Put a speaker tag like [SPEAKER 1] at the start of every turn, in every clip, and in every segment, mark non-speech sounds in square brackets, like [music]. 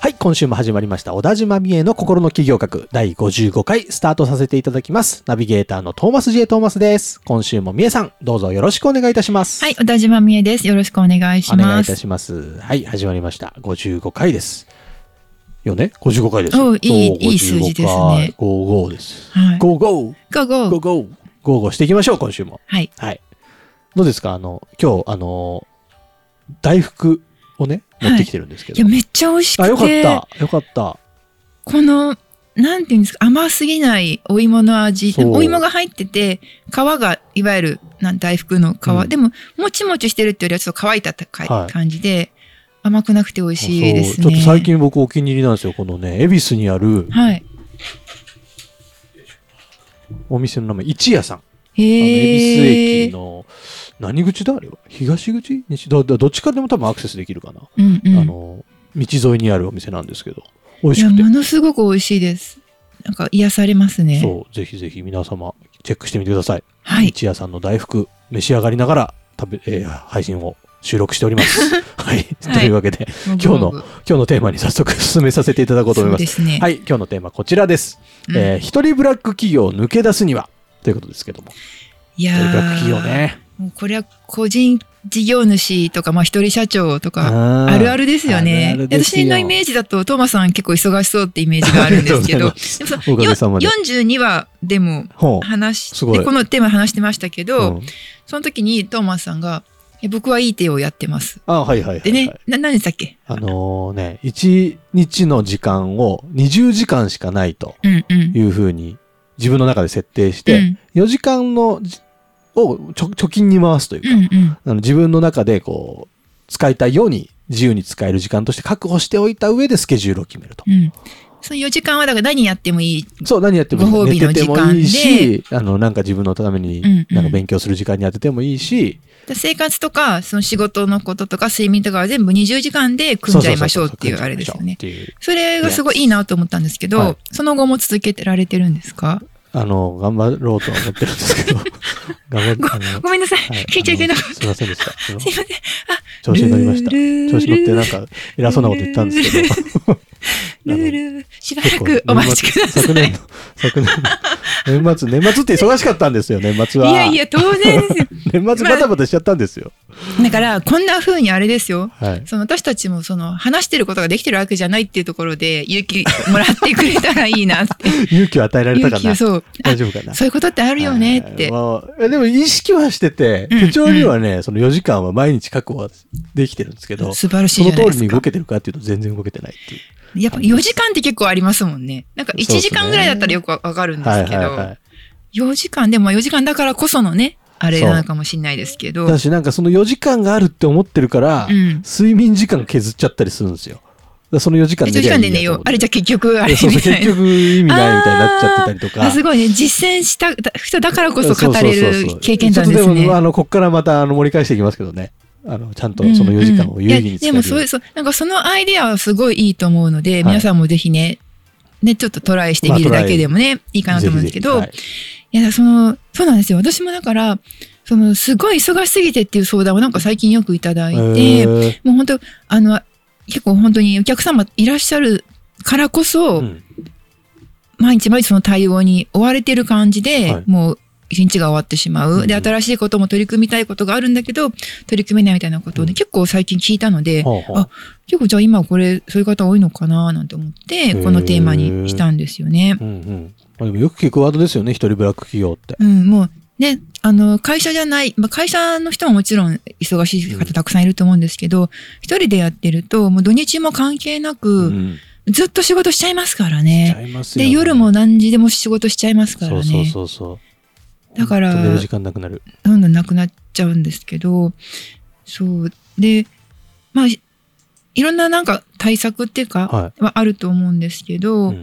[SPEAKER 1] はい、今週も始まりました、小田島美恵の心の企業学第55回スタートさせていただきます。ナビゲーターのトーマス J. トーマスです。今週も美恵さん、どうぞよろしくお願いいたします。
[SPEAKER 2] はい、小田島美恵です。よろしくお願いし
[SPEAKER 1] お願い
[SPEAKER 2] ま
[SPEAKER 1] いた
[SPEAKER 2] す。
[SPEAKER 1] します。はい、始まりました。55回です。よね ?55 回ですよ。
[SPEAKER 2] おいい
[SPEAKER 1] そう
[SPEAKER 2] いい数字ですね
[SPEAKER 1] 55回55です。
[SPEAKER 2] はい。ゴ
[SPEAKER 1] 55!
[SPEAKER 2] ーゴー。
[SPEAKER 1] 55! 55していきましょう、今週も。
[SPEAKER 2] はい。
[SPEAKER 1] はい。どうですかあの、今日、あの、大福をね、持ってきてるんですけ
[SPEAKER 2] い
[SPEAKER 1] ど。
[SPEAKER 2] や、めっちゃ美味しくて。
[SPEAKER 1] あ、よかった。よかった。
[SPEAKER 2] この、なんていうんですか、甘すぎないお芋の味。
[SPEAKER 1] そう
[SPEAKER 2] お芋が入ってて、皮が、いわゆる、なん大福の皮、
[SPEAKER 1] うん
[SPEAKER 2] でも、もちもちしてるっていうよりは、ちょっと乾いたかい、
[SPEAKER 1] はい
[SPEAKER 2] 感じで、甘くなくて美味しいですね。
[SPEAKER 1] そうちょっと最。近僕お気に入りなんですよ。このね、恵比寿にある
[SPEAKER 2] はい。
[SPEAKER 1] お店の名前、一夜さん。あ
[SPEAKER 2] へ
[SPEAKER 1] の恵比寿
[SPEAKER 2] え。
[SPEAKER 1] 駅の、何口だあれは東口西どどどっちかでも多分アクセスできるかな。
[SPEAKER 2] うんうん。
[SPEAKER 1] あの、道沿いにあるお店なんですけど、美味し
[SPEAKER 2] いや、
[SPEAKER 1] くて
[SPEAKER 2] も。のすごく美味しいです。なんか、癒されますね。
[SPEAKER 1] そう、ぜひぜひ皆様、チェックしてみてください。
[SPEAKER 2] はい。
[SPEAKER 1] 一夜さんの大福、召し上がりながら食べ、えー配信を収録しており
[SPEAKER 2] [laughs]
[SPEAKER 1] ます。はい。というわけで、今日の
[SPEAKER 2] の、
[SPEAKER 1] 今日のテーマに早速進めさせていただこうと思います。
[SPEAKER 2] そうですね。
[SPEAKER 1] はい、今日のテーマこちらです。
[SPEAKER 2] うん
[SPEAKER 1] えー一人ブラック企業を抜け出すにはということですけども、
[SPEAKER 2] いや
[SPEAKER 1] 一人
[SPEAKER 2] ー
[SPEAKER 1] ブラック企業ね。
[SPEAKER 2] もうこれは個人事業主とか、まあ一人社長とか、あ
[SPEAKER 1] あ
[SPEAKER 2] るあるですよね。私のイメ
[SPEAKER 1] ジ
[SPEAKER 2] ージだと、トーマさん結構忙しそうってイメージがあるんですけど、でも [laughs] そ
[SPEAKER 1] お
[SPEAKER 2] の
[SPEAKER 1] か
[SPEAKER 2] よ
[SPEAKER 1] げさまで。
[SPEAKER 2] 42話でも
[SPEAKER 1] [laughs] ほう
[SPEAKER 2] 話
[SPEAKER 1] す
[SPEAKER 2] し
[SPEAKER 1] ごい
[SPEAKER 2] て、このテーマ話してましたけ
[SPEAKER 1] う
[SPEAKER 2] ど、
[SPEAKER 1] ん
[SPEAKER 2] その時にトーマさんが、いや僕はいい手をやってます。
[SPEAKER 1] あ、はいはいはいはい。
[SPEAKER 2] でね、な、何でしたっけ
[SPEAKER 1] あのね、1日の時間を20時間しかないと
[SPEAKER 2] うんうん。
[SPEAKER 1] いうふうに自分の中で設定し
[SPEAKER 2] う
[SPEAKER 1] て、
[SPEAKER 2] ん
[SPEAKER 1] 4時間のじをちょ貯金に回すという
[SPEAKER 2] う
[SPEAKER 1] か、
[SPEAKER 2] んうん。
[SPEAKER 1] あの自分の中でこう、使いたいように自由に使える時間として確保しておいた上でスケジュールを決めると。
[SPEAKER 2] うん。その4時間はだから何やってもいい。
[SPEAKER 1] そう、何やっても
[SPEAKER 2] ご褒
[SPEAKER 1] いい。
[SPEAKER 2] 美
[SPEAKER 1] 寝
[SPEAKER 2] の
[SPEAKER 1] てて
[SPEAKER 2] 時
[SPEAKER 1] も
[SPEAKER 2] 間で
[SPEAKER 1] いいし、あの、なんか自分のために
[SPEAKER 2] うん、うん
[SPEAKER 1] なんか勉強する時間に当ててもいいし、
[SPEAKER 2] 生活とか、その仕事のこととか、睡眠とかは全部20時間で組んじゃいましょうっていうあれですよね。
[SPEAKER 1] そうそうそう組んじゃいましょうっていう
[SPEAKER 2] それがすごいいいなと思ったんですけど、
[SPEAKER 1] はい
[SPEAKER 2] その後も続けてられてるんですか
[SPEAKER 1] あの、頑張ろうとは思ってるんです
[SPEAKER 2] [laughs]
[SPEAKER 1] けど、頑張って、あの、
[SPEAKER 2] ごめんなさい。
[SPEAKER 1] はい
[SPEAKER 2] 聞いちゃいけなかっ
[SPEAKER 1] あのすいませんでした。あの
[SPEAKER 2] た。すいません。
[SPEAKER 1] 調子に乗りま
[SPEAKER 2] [laughs]
[SPEAKER 1] した。調子乗ってなんか偉そうなこと言ったんですけど。あ
[SPEAKER 2] ルール
[SPEAKER 1] の
[SPEAKER 2] ール、しば
[SPEAKER 1] 結
[SPEAKER 2] ら
[SPEAKER 1] 構
[SPEAKER 2] くお待ちくださ
[SPEAKER 1] 昨年
[SPEAKER 2] い。
[SPEAKER 1] の、昨年の、年末、年末って忙しかったんですよ、年末
[SPEAKER 2] い
[SPEAKER 1] は。
[SPEAKER 2] やいや、当然ですよ。
[SPEAKER 1] 年末バタバタしちゃったんですよ。
[SPEAKER 2] [laughs] だから、こんな風にあれですよ。
[SPEAKER 1] はい。
[SPEAKER 2] その私たちもその話してることができてるわけじゃないっていうところで勇気もらってくれたらいいな [laughs] って。
[SPEAKER 1] 勇気を与えられた
[SPEAKER 2] [laughs]
[SPEAKER 1] か
[SPEAKER 2] 勇気を
[SPEAKER 1] な
[SPEAKER 2] そう。あ
[SPEAKER 1] 大丈夫かな
[SPEAKER 2] そういうことってあるよねって。
[SPEAKER 1] はいまあえでも意識はしてて、
[SPEAKER 2] うん
[SPEAKER 1] 手帳にはね、その4時間は毎日確保はできてるんですけど、そ
[SPEAKER 2] 素晴らしいじ
[SPEAKER 1] の
[SPEAKER 2] ゃないで
[SPEAKER 1] 通り
[SPEAKER 2] す
[SPEAKER 1] に
[SPEAKER 2] か
[SPEAKER 1] 動。けてるかっていうと全然動けてないっていう。
[SPEAKER 2] やっぱ4時間って結構ありますもんね。なんか1時間ぐらいだったらよくわかるんで
[SPEAKER 1] はい
[SPEAKER 2] すけ
[SPEAKER 1] はい
[SPEAKER 2] ど。
[SPEAKER 1] はい。
[SPEAKER 2] 4時間でも4時間だからこそのねあれなのかもしれないですけど
[SPEAKER 1] だしなんかその4時間があるって思ってるから、
[SPEAKER 2] うん
[SPEAKER 1] 睡眠時間削っちゃったりするんですよ。だからその4時間
[SPEAKER 2] 4
[SPEAKER 1] 寝
[SPEAKER 2] 時
[SPEAKER 1] りゃ
[SPEAKER 2] 間で
[SPEAKER 1] いい
[SPEAKER 2] 寝
[SPEAKER 1] や
[SPEAKER 2] よ
[SPEAKER 1] と思っ
[SPEAKER 2] うあ
[SPEAKER 1] て
[SPEAKER 2] れじゃ結局あ
[SPEAKER 1] い
[SPEAKER 2] れ
[SPEAKER 1] やそう
[SPEAKER 2] み
[SPEAKER 1] そう
[SPEAKER 2] た
[SPEAKER 1] 結
[SPEAKER 2] いな
[SPEAKER 1] 局意味ないみたいになっちゃってたりとか。
[SPEAKER 2] あすごいね実践した人だからこそ語れ
[SPEAKER 1] そうそうそうそ
[SPEAKER 2] る
[SPEAKER 1] う
[SPEAKER 2] 経験談で
[SPEAKER 1] ち
[SPEAKER 2] す
[SPEAKER 1] ょっとでも、
[SPEAKER 2] ね
[SPEAKER 1] あの、こっからまた、あの、盛り返していきますけどね。あの、ちゃんとその4時間を有意義に使え
[SPEAKER 2] うんうんいやでもそうい
[SPEAKER 1] る。
[SPEAKER 2] うそうなんかそのアイデアはすごいいいと思うので、
[SPEAKER 1] い
[SPEAKER 2] 皆さんもぜひねね、ちょっとトライしてみるだけでもね、いいかなと思うんですけど、
[SPEAKER 1] ぜひぜ
[SPEAKER 2] い、や、その、そうなんですよ。私もだから、その、すごい忙しすぎてっていう相談をなんか最近よくいただい
[SPEAKER 1] ひ
[SPEAKER 2] て、
[SPEAKER 1] はいえー
[SPEAKER 2] もう本当あの結構本当にお客様いらっしゃるからこそ、
[SPEAKER 1] うん
[SPEAKER 2] 毎日毎日その対応に追われてる感じで、
[SPEAKER 1] はい
[SPEAKER 2] もう一日が終わってしまう、で
[SPEAKER 1] うんうん
[SPEAKER 2] 新しいことも取り組みたいことがあるんだけど取り組めないみたいなことをね、
[SPEAKER 1] うん
[SPEAKER 2] 結構最近聞いたので、
[SPEAKER 1] ほうほう
[SPEAKER 2] あ結構じゃあ今これそういう方多いのかななんて思って
[SPEAKER 1] ー
[SPEAKER 2] このテーマにしたんですよね。
[SPEAKER 1] うんうん。まあでもよく聞くワードですよね、一人ブラック企業って。
[SPEAKER 2] うん、もうね、あの、会社じゃない、まあ、会社の人ももちろん忙しい方たくさんいると思うんですけど、一、人でやってると、もう土日も関係なく、
[SPEAKER 1] うん
[SPEAKER 2] ずっと仕事しちゃいますから
[SPEAKER 1] しち
[SPEAKER 2] ね。
[SPEAKER 1] ゃいますよ
[SPEAKER 2] で、
[SPEAKER 1] ね
[SPEAKER 2] 夜も何時でも仕事しちゃいますから
[SPEAKER 1] そ
[SPEAKER 2] ね。
[SPEAKER 1] うそうそうそう。
[SPEAKER 2] だから
[SPEAKER 1] 本当寝る時間なくなる。
[SPEAKER 2] どんどんなくなっちゃうんですけど、そう。で、まあ、いいろんななんか対策っていうか、
[SPEAKER 1] は
[SPEAKER 2] はあると思うんですけど、
[SPEAKER 1] うん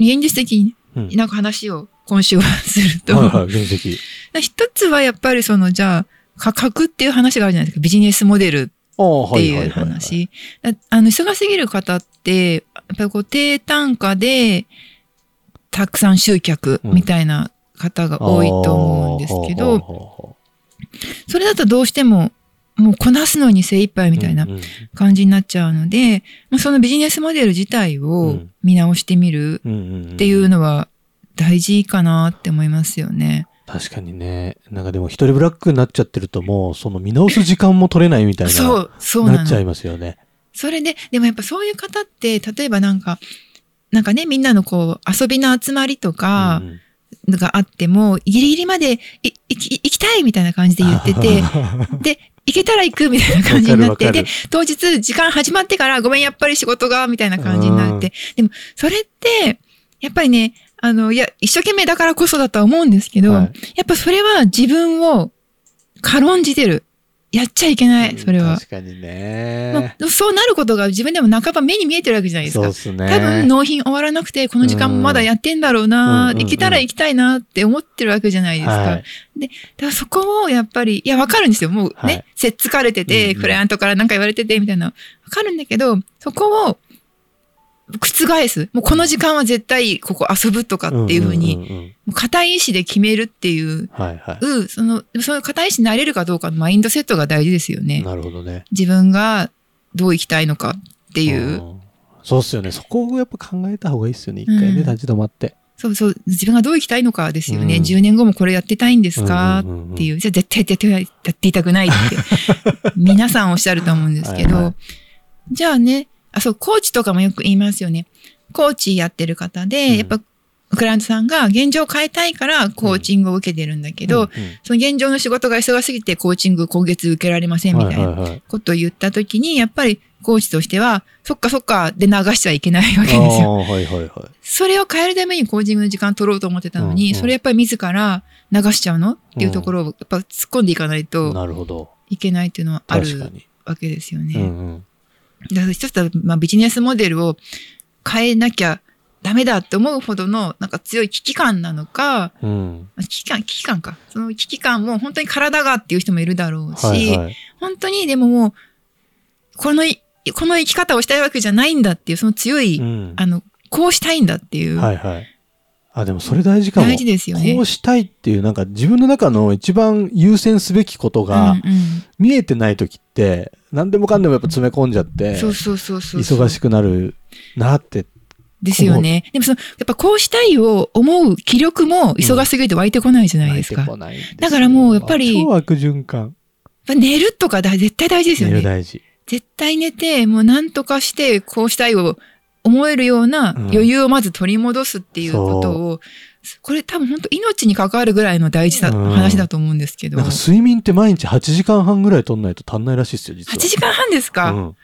[SPEAKER 2] 現実的に
[SPEAKER 1] うん
[SPEAKER 2] なんか話を今週はすると、
[SPEAKER 1] はいはい、分析。
[SPEAKER 2] 一つはやっぱりその、じゃあ、価格っていう話があるじゃないですか。ビジネスモデル
[SPEAKER 1] ああ、
[SPEAKER 2] っ
[SPEAKER 1] は
[SPEAKER 2] て
[SPEAKER 1] いはいいうはいはい。
[SPEAKER 2] 話。だあの、忙しすぎる方って、やっぱりこう、低単価で、たくさん集客みたいな方が多いと思うんですけど、
[SPEAKER 1] ああ、ほ
[SPEAKER 2] それだとどうしても、もうこなすのに精一杯
[SPEAKER 1] う
[SPEAKER 2] みたいな
[SPEAKER 1] うんうん
[SPEAKER 2] 感じになっちゃうので、まあ、そのビジネスモデル自体
[SPEAKER 1] う
[SPEAKER 2] を
[SPEAKER 1] ん
[SPEAKER 2] 見直してみる
[SPEAKER 1] うんうんうん
[SPEAKER 2] っていうのは大事かなって思いますよね。
[SPEAKER 1] 確かにね。なんかでも一人ブラックになっちゃってるともう、その見直す時間も取れないみたいな。
[SPEAKER 2] そう、そう
[SPEAKER 1] な
[SPEAKER 2] な
[SPEAKER 1] っちゃい
[SPEAKER 2] の。
[SPEAKER 1] ますよね。
[SPEAKER 2] それで、でもやっぱそういう方って、例えばなんか、なんかね、みんなのこう、遊びの集まりとか
[SPEAKER 1] うんうん
[SPEAKER 2] があっても、ギリギリまでいいい行きたいみたいな感じで言って
[SPEAKER 1] [laughs]
[SPEAKER 2] て、で、行けたら行くみたいな感じになっ
[SPEAKER 1] わかるわか
[SPEAKER 2] て、
[SPEAKER 1] る
[SPEAKER 2] で、当日時間始まってから、ごめん、やっぱり仕事が、みたいな感じになって。でも、それって、やっぱりね、あの、いや、一生懸命だからこそだとは思うんですけど、
[SPEAKER 1] はい
[SPEAKER 2] やっぱそれは自分を軽んじてる。やっちゃいけない、それは。
[SPEAKER 1] 確かに
[SPEAKER 2] ま
[SPEAKER 1] ね。
[SPEAKER 2] あそうなることが自分でも半ば目に見えてるわけじゃないです
[SPEAKER 1] そう
[SPEAKER 2] か
[SPEAKER 1] で。すね。
[SPEAKER 2] 多分納品終わらなくて、この時間もまだやってんだろ
[SPEAKER 1] うん
[SPEAKER 2] う
[SPEAKER 1] うん
[SPEAKER 2] な、
[SPEAKER 1] うんうん
[SPEAKER 2] 行けたら行きたいなって思ってるわけじゃないですか。
[SPEAKER 1] はい
[SPEAKER 2] だからそこをやっぱり、いや、わかるんですよ。もうね、
[SPEAKER 1] はい
[SPEAKER 2] せっつかれてて、
[SPEAKER 1] うんうん
[SPEAKER 2] クライアントからなんか言われてて、みたいな。わかるんだけど、そこを、覆す。もうこの時間は絶対ここ遊ぶとかっていうふうに、
[SPEAKER 1] んんんうん
[SPEAKER 2] もう固い意志で決めるっていう、
[SPEAKER 1] はいは
[SPEAKER 2] うんその、その固い意志になれるかどうかのマインドセットが大事ですよ
[SPEAKER 1] い。
[SPEAKER 2] ね。
[SPEAKER 1] なるほどね。
[SPEAKER 2] 自分がどう生きたいのかっていう。
[SPEAKER 1] ん。そうっすよね。そこをやっぱ考えた方がいいっすよね。一回
[SPEAKER 2] うん
[SPEAKER 1] ね、立ち止まって。
[SPEAKER 2] そうそう、自分がどう生きたいのかですよね。
[SPEAKER 1] うん
[SPEAKER 2] 10年後もこれやってたいんですか、
[SPEAKER 1] うんうんうんうん
[SPEAKER 2] っていう。じゃあ絶対やってやってやっていたくないって、
[SPEAKER 1] [laughs]
[SPEAKER 2] 皆さんおっしゃると思うんですけど、
[SPEAKER 1] はいは
[SPEAKER 2] じゃあね、あ、そう、コーチとかもよく言いますよね。コーチやってる方で、
[SPEAKER 1] うん
[SPEAKER 2] やっぱ、クライアントさんが現状を変えたいからコーチングを受けてるんだけ
[SPEAKER 1] うん
[SPEAKER 2] ど、
[SPEAKER 1] うん
[SPEAKER 2] その現状の仕事が忙しすぎてコーチング今月受けられませんみたい
[SPEAKER 1] は
[SPEAKER 2] な
[SPEAKER 1] ははい
[SPEAKER 2] ことを言った時に、やっぱりコーチとしては、そっかそっかで流しちゃいけないわけです
[SPEAKER 1] あ
[SPEAKER 2] よ。
[SPEAKER 1] あ、はいはいはい。
[SPEAKER 2] それを変えるためにコーチングの時間取ろうと思ってたのに、
[SPEAKER 1] うんうん
[SPEAKER 2] それやっぱり自ら流しちゃうのっていうところをやっぱ突っ込んでいかないと
[SPEAKER 1] なるほど。
[SPEAKER 2] いけないっていうのはあ
[SPEAKER 1] 確か
[SPEAKER 2] る
[SPEAKER 1] に。
[SPEAKER 2] わけですよ
[SPEAKER 1] うん
[SPEAKER 2] ね。
[SPEAKER 1] うん
[SPEAKER 2] だから一つは、まあ、ビジネスモデルを変えなきゃダメだって思うほどのなんか強い危機感なのか、
[SPEAKER 1] うん。
[SPEAKER 2] 危機感、危機感か。その危機感も本当に体がっていう人もいるだろうし、
[SPEAKER 1] はいはい。
[SPEAKER 2] 本当にでももう、このい、この生き方をしたいわけじゃないんだっていう、その強い、
[SPEAKER 1] うん
[SPEAKER 2] あの、こうしたいんだっていう、
[SPEAKER 1] はいはい。あ、でもそれ大事かも。
[SPEAKER 2] 大事ですよね。
[SPEAKER 1] こうしたいっていう、なんか自分の中の一番優先すべきことが
[SPEAKER 2] うんうん
[SPEAKER 1] 見えてない時って、何でもかんでもやっぱ詰め込んじゃって、
[SPEAKER 2] そうそうそうそう。
[SPEAKER 1] 忙しくなるなって。
[SPEAKER 2] ですよね。でもその、やっぱこうしたいを思う気力も忙しすぎると湧いてこないじゃないです
[SPEAKER 1] 入
[SPEAKER 2] か。
[SPEAKER 1] って
[SPEAKER 2] や
[SPEAKER 1] こ
[SPEAKER 2] っ
[SPEAKER 1] ないんですよ
[SPEAKER 2] だからもうやっぱり
[SPEAKER 1] 超悪循環。
[SPEAKER 2] ぱ寝るとかだ絶対大事ですよ
[SPEAKER 1] 寝る
[SPEAKER 2] ね。
[SPEAKER 1] 大事。
[SPEAKER 2] 絶対寝て、もう何とかしてこうしたいを思えるような
[SPEAKER 1] うん
[SPEAKER 2] 余裕をまず取り戻すっていうことを、これ多分本当命に関わるぐらいの大事な
[SPEAKER 1] うん
[SPEAKER 2] 話だと思うんですけど。
[SPEAKER 1] なんか睡眠って毎日8時間半ぐらい取んないと足んないらしいですよ、実は。
[SPEAKER 2] 8時間半ですか、
[SPEAKER 1] うん。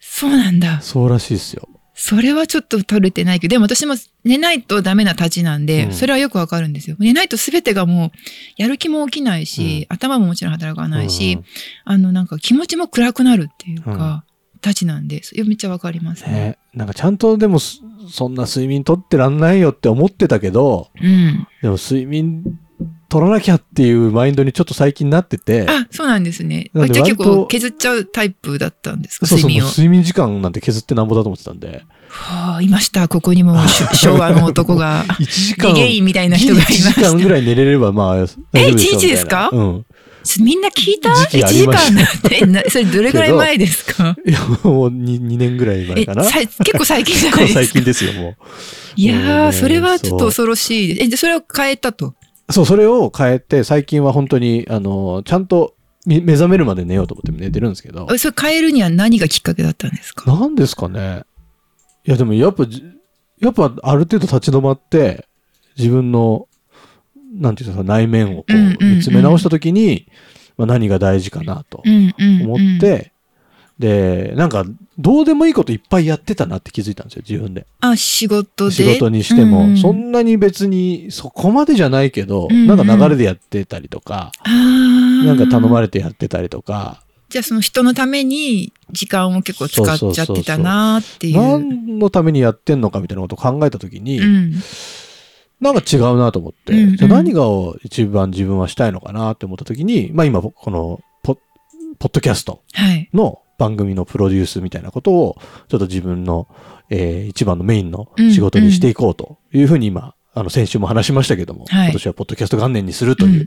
[SPEAKER 2] そうなんだ。
[SPEAKER 1] そうらしいですよ。
[SPEAKER 2] それはちょっと取れてないけど、でも私も寝ないとダメなたちなんで、
[SPEAKER 1] うん
[SPEAKER 2] それはよくわかるんですよ。寝ないと全てがもう、やる気も起きないし、頭ももちろん働かないし、
[SPEAKER 1] うん
[SPEAKER 2] あの、なんか気持ちも暗くなるっていうか、たちなんで、それめっちゃわかりますね。
[SPEAKER 1] ね、なんかちゃんとでもすそんな睡眠取ってらんないよって思ってたけど、
[SPEAKER 2] うん。
[SPEAKER 1] でも睡眠取らなきゃっていうマインドにちょっと最近なってて、
[SPEAKER 2] あ、そうなんですね。
[SPEAKER 1] なんで
[SPEAKER 2] じゃあ結
[SPEAKER 1] 割と
[SPEAKER 2] 構削っちゃうタイプだったんですか、
[SPEAKER 1] そうそう、
[SPEAKER 2] 睡眠
[SPEAKER 1] もう。
[SPEAKER 2] を
[SPEAKER 1] 睡眠時間なんて削ってなんぼだと思ってたんで、
[SPEAKER 2] はあ、いました。ここにも
[SPEAKER 1] [laughs]
[SPEAKER 2] し昭和の男が、
[SPEAKER 1] 1時間、
[SPEAKER 2] リゲインみたいな人がいま
[SPEAKER 1] 1
[SPEAKER 2] し
[SPEAKER 1] 時
[SPEAKER 2] た。
[SPEAKER 1] 間ぐらい寝れればまあ、大丈夫しょ
[SPEAKER 2] 一日ですか
[SPEAKER 1] みたいなうん。
[SPEAKER 2] みんな聞いた
[SPEAKER 1] 時期
[SPEAKER 2] ?1
[SPEAKER 1] あ
[SPEAKER 2] 時
[SPEAKER 1] りま
[SPEAKER 2] 間
[SPEAKER 1] し
[SPEAKER 2] なんてな、それどれぐらい前ですか
[SPEAKER 1] いや、 [laughs] もう 2, 年ぐらい前
[SPEAKER 2] え
[SPEAKER 1] かな。
[SPEAKER 2] さい結構最近じゃ
[SPEAKER 1] 結
[SPEAKER 2] な
[SPEAKER 1] 構
[SPEAKER 2] いですか。
[SPEAKER 1] 最近ですよ、も
[SPEAKER 2] いや
[SPEAKER 1] う
[SPEAKER 2] ー、
[SPEAKER 1] ん
[SPEAKER 2] それはちょっと恐ろしいです。え、でそれを変えたと。
[SPEAKER 1] う。そう、それを変えて、最近は本当に、あの、ちゃんとみ目覚めるまで寝ようと思って寝てるんですけど、
[SPEAKER 2] えそれ変えるには何がきっかけだったんですか
[SPEAKER 1] なんですかね。いや、でもやっぱじ、やっぱある程度立ち止まって、自分の、なんていうんですか、内面をこう
[SPEAKER 2] うんうんうん
[SPEAKER 1] 見つめ直したときに、まあ、何が大事かなと
[SPEAKER 2] うんうん、うん。
[SPEAKER 1] 思って、で、なんか、どうでもいいこといっぱいやってたなって気づいたんですよ、自分で。
[SPEAKER 2] あ、仕事で。
[SPEAKER 1] 仕事にしても、
[SPEAKER 2] うう
[SPEAKER 1] そんなに別にそこまでじゃないけど、
[SPEAKER 2] うんうん
[SPEAKER 1] なんか流れでやってたりとか、
[SPEAKER 2] あー
[SPEAKER 1] なんか頼まれてやってたりとか、
[SPEAKER 2] じゃあその人のために時間を結構使っちゃってたなーっていう。
[SPEAKER 1] 何のためにやってんのかみたいなことを考えたときに、
[SPEAKER 2] うん。
[SPEAKER 1] なんか違うなと思って、
[SPEAKER 2] うんうん
[SPEAKER 1] じゃあ何が一番自分はしたいのかなって思った時に、まあ今、このポ、ポッドキャスト
[SPEAKER 2] はい。
[SPEAKER 1] の番組のプロデュースみたいなことを、ちょっと自分の、えー一番のメインの仕事にしていこうというふうに今、あの、先週も話しましたけども、
[SPEAKER 2] はい
[SPEAKER 1] 今年はポッドキャスト元年にするという、
[SPEAKER 2] うんうん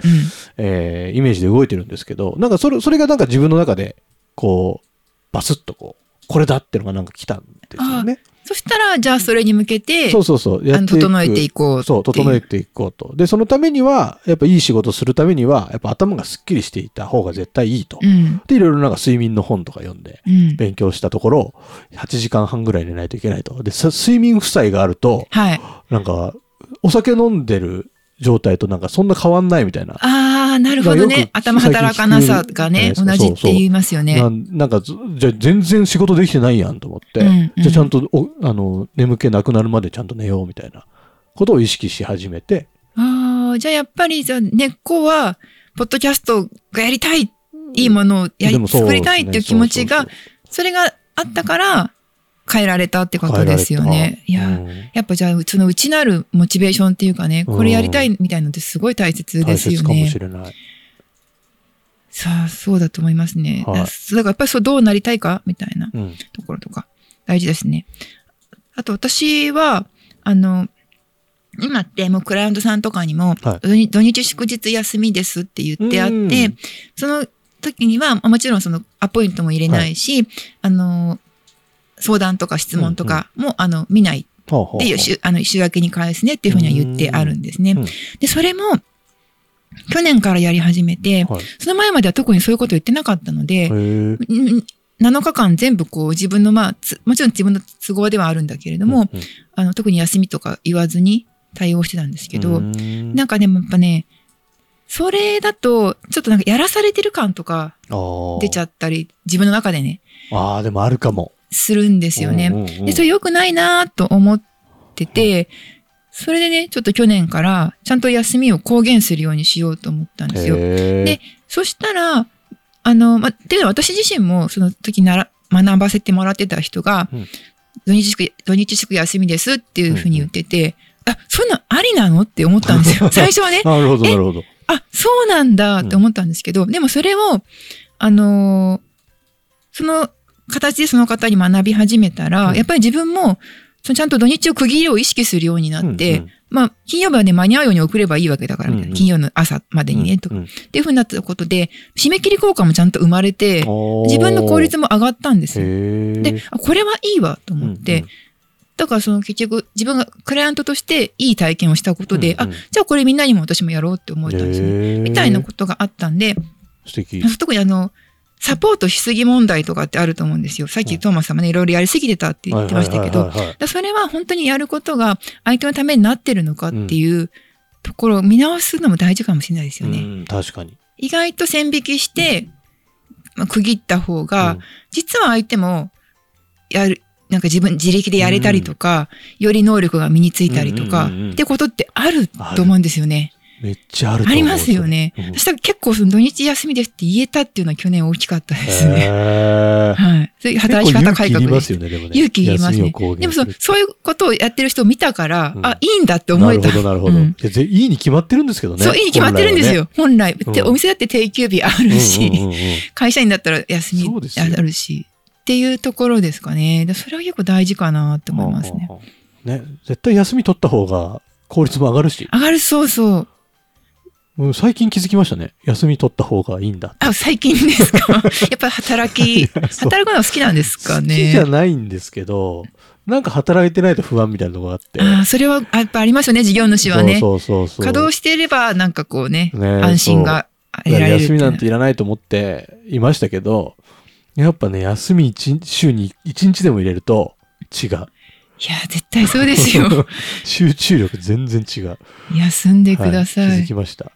[SPEAKER 1] えーイメージで動いてるんですけど、なんかそれ、それがなんか自分の中で、こう、バスッとこう、これだってのがなんか来たんですよね。
[SPEAKER 2] そしたら、じゃあそれに向けて、
[SPEAKER 1] そうそうそう。
[SPEAKER 2] あの整えてい
[SPEAKER 1] こ
[SPEAKER 2] こうってい
[SPEAKER 1] そう、整えていこうと。で、そのためには、やっぱいい仕事するためには、やっぱ頭がすっきりしていた方が絶対いいと。
[SPEAKER 2] うん。
[SPEAKER 1] で、いろいろなんか睡眠の本とか読んで、
[SPEAKER 2] うん。
[SPEAKER 1] 勉強したところ、8時間半ぐらい寝ないといけないと。で、さ睡眠負債があると、
[SPEAKER 2] はい。
[SPEAKER 1] なんか、お酒飲んでる状態となんかそんな変わんないみたいな。
[SPEAKER 2] ああ、なるほど
[SPEAKER 1] よ
[SPEAKER 2] ね
[SPEAKER 1] く。
[SPEAKER 2] 頭働かなさがね、
[SPEAKER 1] 最近聞くじゃ
[SPEAKER 2] 同じ
[SPEAKER 1] ないですか
[SPEAKER 2] って言いますよね
[SPEAKER 1] な。なんかず、じゃあ全然仕事できてないやんと思って、
[SPEAKER 2] うんうん
[SPEAKER 1] じゃあちゃんとお、あの、眠気なくなるまでちゃんと寝ようみたいなことを意識し始めて、
[SPEAKER 2] ああ、じゃあやっぱり、じゃあ根っこは、ポッドキャストがやりたい、いいものを
[SPEAKER 1] で
[SPEAKER 2] やり、
[SPEAKER 1] もそう
[SPEAKER 2] 作
[SPEAKER 1] ですね
[SPEAKER 2] りたいっていう気持ち
[SPEAKER 1] そう
[SPEAKER 2] が
[SPEAKER 1] そう、
[SPEAKER 2] それがあったから、変えられたってこ
[SPEAKER 1] そう変
[SPEAKER 2] と
[SPEAKER 1] えられ
[SPEAKER 2] で
[SPEAKER 1] た
[SPEAKER 2] すよね。いや、
[SPEAKER 1] うん
[SPEAKER 2] やっぱじゃあ、その内なるモチベーションっていうかね、これやりたいみたいのってすごい大切で
[SPEAKER 1] 大
[SPEAKER 2] すよ
[SPEAKER 1] 切かも
[SPEAKER 2] ね
[SPEAKER 1] し。れない。
[SPEAKER 2] さあ、そうだと思いますね。
[SPEAKER 1] はい
[SPEAKER 2] だからやっぱりそう、どうなりたいかみたいな
[SPEAKER 1] うん。
[SPEAKER 2] ところとか、大事ですね。あと私は、あの、今ってもうクライアントさんとかにも、
[SPEAKER 1] は
[SPEAKER 2] 土日土日祝日休みですって言ってあっ
[SPEAKER 1] うん
[SPEAKER 2] て、その時には、もちろんそのアポイントも入れないし、あの、相談とか質問とかも、あの、見ない
[SPEAKER 1] ほうほうほう
[SPEAKER 2] で、週、あの、週明けに返すねっていうふうには言ってあるんですね
[SPEAKER 1] うんうん。
[SPEAKER 2] で、それも、去年からやり始めて、
[SPEAKER 1] はい
[SPEAKER 2] その前までは特にそういうこと言ってなかったので、
[SPEAKER 1] へえ
[SPEAKER 2] うん7日間全部こう自分の、まあ、つもちろん自分の都合ではあるんだけれども、
[SPEAKER 1] うんうん
[SPEAKER 2] あの、特に休みとか言わずに対応してたんですけど、
[SPEAKER 1] うん
[SPEAKER 2] なんかでもやっぱね、それだと、ちょっとなんかやらされてる感とか
[SPEAKER 1] あー
[SPEAKER 2] 出ちゃったり、自分の中でね、
[SPEAKER 1] あーでもあるかも。
[SPEAKER 2] するんですよね。
[SPEAKER 1] うんうんうん
[SPEAKER 2] で、それ良くないなと思ってて、それでね、ちょっと去年から、ちゃんと休みを公言するようにしようと思ったんですよ。
[SPEAKER 1] へえ
[SPEAKER 2] でそしたら、あの、ま、っていうのは私自身も、その時なら、学ばせてもらってた人が、
[SPEAKER 1] うん
[SPEAKER 2] 土日祝、土日祝休みですっていうふうに言ってて、あ、そんなんありなのって思ったんで
[SPEAKER 1] [laughs]
[SPEAKER 2] すよ。最初はね。
[SPEAKER 1] なるほど、なるほど。
[SPEAKER 2] あ、そうなんだって思ったんですけど、でもそれを、あのーその形でその方に学び始めたら、
[SPEAKER 1] うん
[SPEAKER 2] やっぱり自分も、そのちゃんと土日を区切りを意識するようになって、
[SPEAKER 1] うん
[SPEAKER 2] まあ、金曜日はね、間に合うように送ればいいわけだから、みたい
[SPEAKER 1] うんう
[SPEAKER 2] なん金曜の朝までにね、
[SPEAKER 1] う
[SPEAKER 2] とか、
[SPEAKER 1] んうん
[SPEAKER 2] っていうふうになったことで、締め切り効果もちゃんと生まれて、
[SPEAKER 1] おー
[SPEAKER 2] 自分の効率も上がったんですよ。
[SPEAKER 1] へえ
[SPEAKER 2] で、あこれはいいわと思って、だからその結局自分がクライアントとしていい体験をしたことで、
[SPEAKER 1] うんうん
[SPEAKER 2] あ、じゃあこれみんなにも私もやろうって思えたんですよね。みたいな
[SPEAKER 1] と。
[SPEAKER 2] ことがあったんで、
[SPEAKER 1] 素敵。
[SPEAKER 2] 特にあの、サポートしすぎ問題とかってあると思うんですよ。さ
[SPEAKER 1] う
[SPEAKER 2] っ
[SPEAKER 1] ん
[SPEAKER 2] きトーマスさんもね、いろいろやりすぎてたって言ってましたけど、だ
[SPEAKER 1] はいはいはいはいはい
[SPEAKER 2] からそれは本当にやることが相手のためになってるのかっていうところを見直すのも大事かもしれないですよね。
[SPEAKER 1] うん確かに。
[SPEAKER 2] 意外と線引きして、まあ、区切った方が、
[SPEAKER 1] うん
[SPEAKER 2] 実は相手も、やる、なんか自分、自力でやれたりとか、より能力が身についたりとか、
[SPEAKER 1] うんうんうんうん
[SPEAKER 2] ってことってあると思うんですよね。
[SPEAKER 1] めっちゃあると
[SPEAKER 2] あ
[SPEAKER 1] 思
[SPEAKER 2] り
[SPEAKER 1] う
[SPEAKER 2] ますよね。
[SPEAKER 1] それうん
[SPEAKER 2] そしたら結構その土日休みですって言えたっていうのは去年大きかったですね。
[SPEAKER 1] へー
[SPEAKER 2] [laughs] はい。そういう働き
[SPEAKER 1] 結構
[SPEAKER 2] 方改革
[SPEAKER 1] 勇気いりますすよ
[SPEAKER 2] で。
[SPEAKER 1] ね、でもね。
[SPEAKER 2] 勇気いりますね
[SPEAKER 1] 休みを公言
[SPEAKER 2] でもそう
[SPEAKER 1] する、
[SPEAKER 2] そういうことをやってる人を見たから、
[SPEAKER 1] うん
[SPEAKER 2] あ、いいんだって思えた。
[SPEAKER 1] なるほど、なるほど。
[SPEAKER 2] う
[SPEAKER 1] い
[SPEAKER 2] ん
[SPEAKER 1] やぜいいに決まってるんですけどね。
[SPEAKER 2] そう、いいに決まってるんですよ。本来。
[SPEAKER 1] うん
[SPEAKER 2] でお店だって定休日あ
[SPEAKER 1] 本
[SPEAKER 2] る
[SPEAKER 1] 来は
[SPEAKER 2] し、
[SPEAKER 1] ね。うんうんうんうん
[SPEAKER 2] 会社員だったら休み
[SPEAKER 1] そうですよ
[SPEAKER 2] あるし、っていうところですかね。でそれは結構大事かなって思いますね。
[SPEAKER 1] はあはあはあね、絶対休み取った方が効率も上がるし、
[SPEAKER 2] 上がる、そうそう。
[SPEAKER 1] うん最近気づきましたね。休み取った方がいいんだ。
[SPEAKER 2] あ、最近です
[SPEAKER 1] [laughs]
[SPEAKER 2] かやっぱり働き、
[SPEAKER 1] そう
[SPEAKER 2] 働くのは好きなんですか
[SPEAKER 1] 好
[SPEAKER 2] ね。
[SPEAKER 1] きじゃないんですけど、なんか働いてないと不安みたいなのがあって。
[SPEAKER 2] ああ、それはあやっぱありますよね、事業主はね。
[SPEAKER 1] そうそうそうそう。
[SPEAKER 2] 稼働していれば、なんかこうね、
[SPEAKER 1] ね
[SPEAKER 2] 安心が得られるって
[SPEAKER 1] 休
[SPEAKER 2] いう
[SPEAKER 1] み
[SPEAKER 2] の
[SPEAKER 1] な
[SPEAKER 2] は
[SPEAKER 1] んていらないと思っていましたけど、やっぱね、休み一日週に一日でも入れると違う。
[SPEAKER 2] いや、絶対そうですよ。
[SPEAKER 1] [laughs] 集中力全然違う。
[SPEAKER 2] 休んでください。
[SPEAKER 1] は、
[SPEAKER 2] はい
[SPEAKER 1] 気づ
[SPEAKER 2] い。
[SPEAKER 1] きました。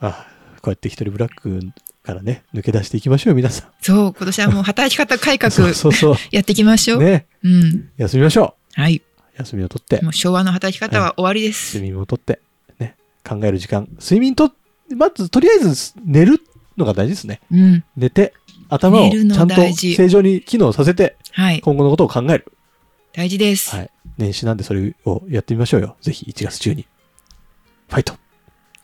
[SPEAKER 1] あこうやって一人ブラックからね、抜け出していきましょう、皆さん。
[SPEAKER 2] そう、今年はもう働き方改革
[SPEAKER 1] そうそうそ
[SPEAKER 2] やっていきまし
[SPEAKER 1] う。
[SPEAKER 2] ょう。
[SPEAKER 1] ね。
[SPEAKER 2] うん。
[SPEAKER 1] 休みましょ
[SPEAKER 2] はい。
[SPEAKER 1] う。休みを取って
[SPEAKER 2] も、う昭和の働き方は終わりです。
[SPEAKER 1] 睡眠を取って、ね。考える時間。睡眠と、まず、とりあえず寝るのが大事ですね。
[SPEAKER 2] うん。
[SPEAKER 1] 寝て、頭を
[SPEAKER 2] 寝る
[SPEAKER 1] ち
[SPEAKER 2] の
[SPEAKER 1] ゃんと
[SPEAKER 2] 大事
[SPEAKER 1] 正常に機能させて、
[SPEAKER 2] はい。
[SPEAKER 1] 今後のことを考える。
[SPEAKER 2] 大事です。
[SPEAKER 1] はい。年始なんでそれをやってみましょうよ。ぜひ1月中に。はいと。
[SPEAKER 2] は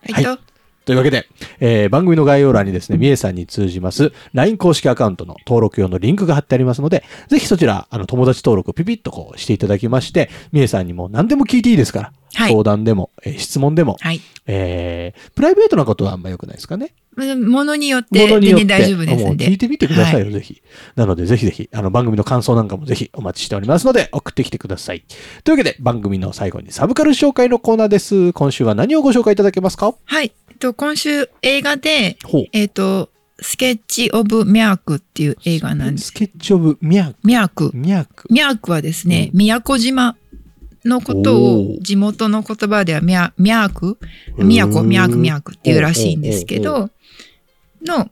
[SPEAKER 2] い、
[SPEAKER 1] はい
[SPEAKER 2] と。
[SPEAKER 1] というわけで、えー番組の概要欄にですね、みえさんに通じます LINE 公式アカウントの登録用のリンクが貼ってありますので、ぜひそちら、あの、友達登録をピピッとこうしていただきまして、みえさんにも何でも聞いていいですから、
[SPEAKER 2] はい
[SPEAKER 1] 相。談でも、えー質問でも、
[SPEAKER 2] はい。
[SPEAKER 1] えープライベートなことはあんま良くないですかね。
[SPEAKER 2] ものによって、
[SPEAKER 1] ものによって、
[SPEAKER 2] 全然大丈夫です
[SPEAKER 1] もうん
[SPEAKER 2] で。
[SPEAKER 1] 聞いてみてくださいよ、
[SPEAKER 2] は
[SPEAKER 1] ぜひ。なので、ぜひぜひ、あの、番組の感想なんかもぜひお待ちしておりますので、送ってきてください。というわけで、番組の最後にサブカル紹介のコーナーです。今週は何をご紹介いただけますか
[SPEAKER 2] はい。えっと、今週映画で、
[SPEAKER 1] ほう。
[SPEAKER 2] えっと、スケッチ・オブ・ミャークっていう映画なんです。
[SPEAKER 1] スケッチオブミャーク。
[SPEAKER 2] ミャーク。
[SPEAKER 1] ミャーク。
[SPEAKER 2] ミャークはですね、
[SPEAKER 1] う
[SPEAKER 2] 宮古島のこと
[SPEAKER 1] お
[SPEAKER 2] を
[SPEAKER 1] ー
[SPEAKER 2] 地元の言葉ではミャミャーク、宮古、ミャーク、ミャークっていうらしいんですけ
[SPEAKER 1] お
[SPEAKER 2] ど、の、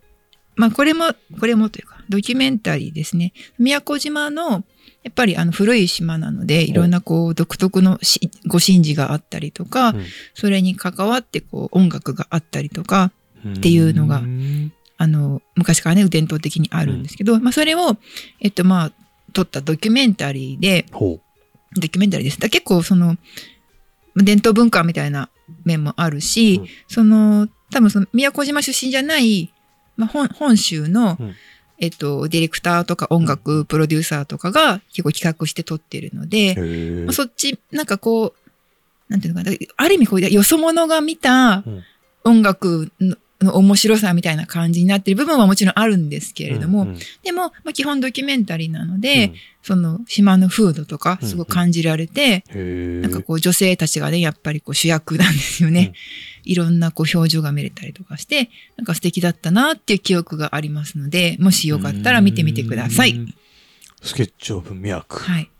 [SPEAKER 2] まあこれも、これもというか、ドキュメンタリーですね。宮古島の、やっぱりあの古い島なので、いろんなこう独特のしご神事があったりとか、
[SPEAKER 1] うん
[SPEAKER 2] それに関わってこう音楽があったりとか、
[SPEAKER 1] って
[SPEAKER 2] いうのが
[SPEAKER 1] うん
[SPEAKER 2] あの、昔からね、伝統的にあるんですけど、まあ、それを、えっと、まあ、撮ったドキュメンタリーで、
[SPEAKER 1] ほう。
[SPEAKER 2] ドキュメンタリーです。だ結構、その、伝統文化みたいな面もあるし、
[SPEAKER 1] うん
[SPEAKER 2] その、多分その、宮古島出身じゃない、まあ、本本州の、
[SPEAKER 1] うん
[SPEAKER 2] えっと、ディレクターとか音楽プロデューサーとかが結構企画して撮ってるので、
[SPEAKER 1] へ
[SPEAKER 2] まあそっち、なんかこう、なんていうのかな、だからある意味こう、よそ者が見た
[SPEAKER 1] うん
[SPEAKER 2] 音楽の,、面白さみたいな感じになってる部分はもちろんあるんですけれども、
[SPEAKER 1] うんうん
[SPEAKER 2] でも、まあ、基本ドキュメンタリーなので、その島の風土とか
[SPEAKER 1] うん
[SPEAKER 2] すごく感じられて、
[SPEAKER 1] うんへー
[SPEAKER 2] なんかこう女性たちがね、やっぱりこう主役なんですよね。いろんなこう表情が見れたりとかして、なんか素敵だったなっていう記憶がありますので、もしよかったら見てみてくださ
[SPEAKER 1] う
[SPEAKER 2] い。
[SPEAKER 1] んスケッチオブミャーク。
[SPEAKER 2] はい。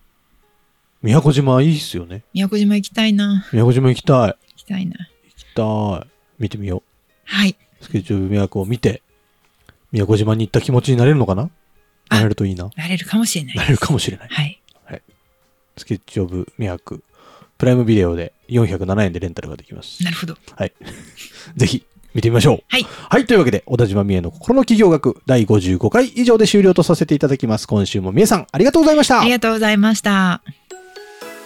[SPEAKER 1] 宮古島いいっすよね。
[SPEAKER 2] 宮古島行きたいな。
[SPEAKER 1] 宮古島行きたい。
[SPEAKER 2] 行きたいな。
[SPEAKER 1] 行きたい。見てみよ
[SPEAKER 2] はい。
[SPEAKER 1] う。スケッチオブミャークを見て、宮古島に行った気持ちになれるのかな
[SPEAKER 2] あ
[SPEAKER 1] なれるといいな。
[SPEAKER 2] なれるかもしれない。
[SPEAKER 1] なれるかもしれない。
[SPEAKER 2] はい。
[SPEAKER 1] スケッチオブミャーク。プライムビデオで407円でレンタルができます。
[SPEAKER 2] なるほど。
[SPEAKER 1] [laughs] ぜひ見てみましょう。
[SPEAKER 2] はい
[SPEAKER 1] というわけで、小田島美恵の心の企業学第55回以上で終了とさせていただきます。今週も美恵さん、ありがとうございました。
[SPEAKER 2] ありがとうございました。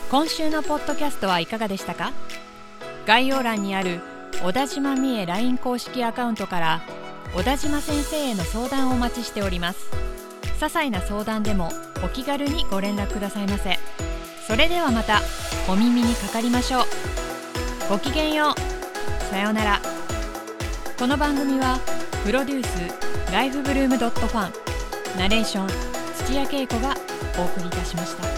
[SPEAKER 3] 今週のポッドキャストはいかがでしたか概要欄にある小田島美恵 LINE 公式アカウントから小田島先生への相談をお待ちしております些細な相談でもお気軽にご連絡くださいませそれではまたお耳にかかりましょうごきげんようさようならこの番組はプロデュースライフブルームドットファンナレーション土屋恵子がお送りいたしました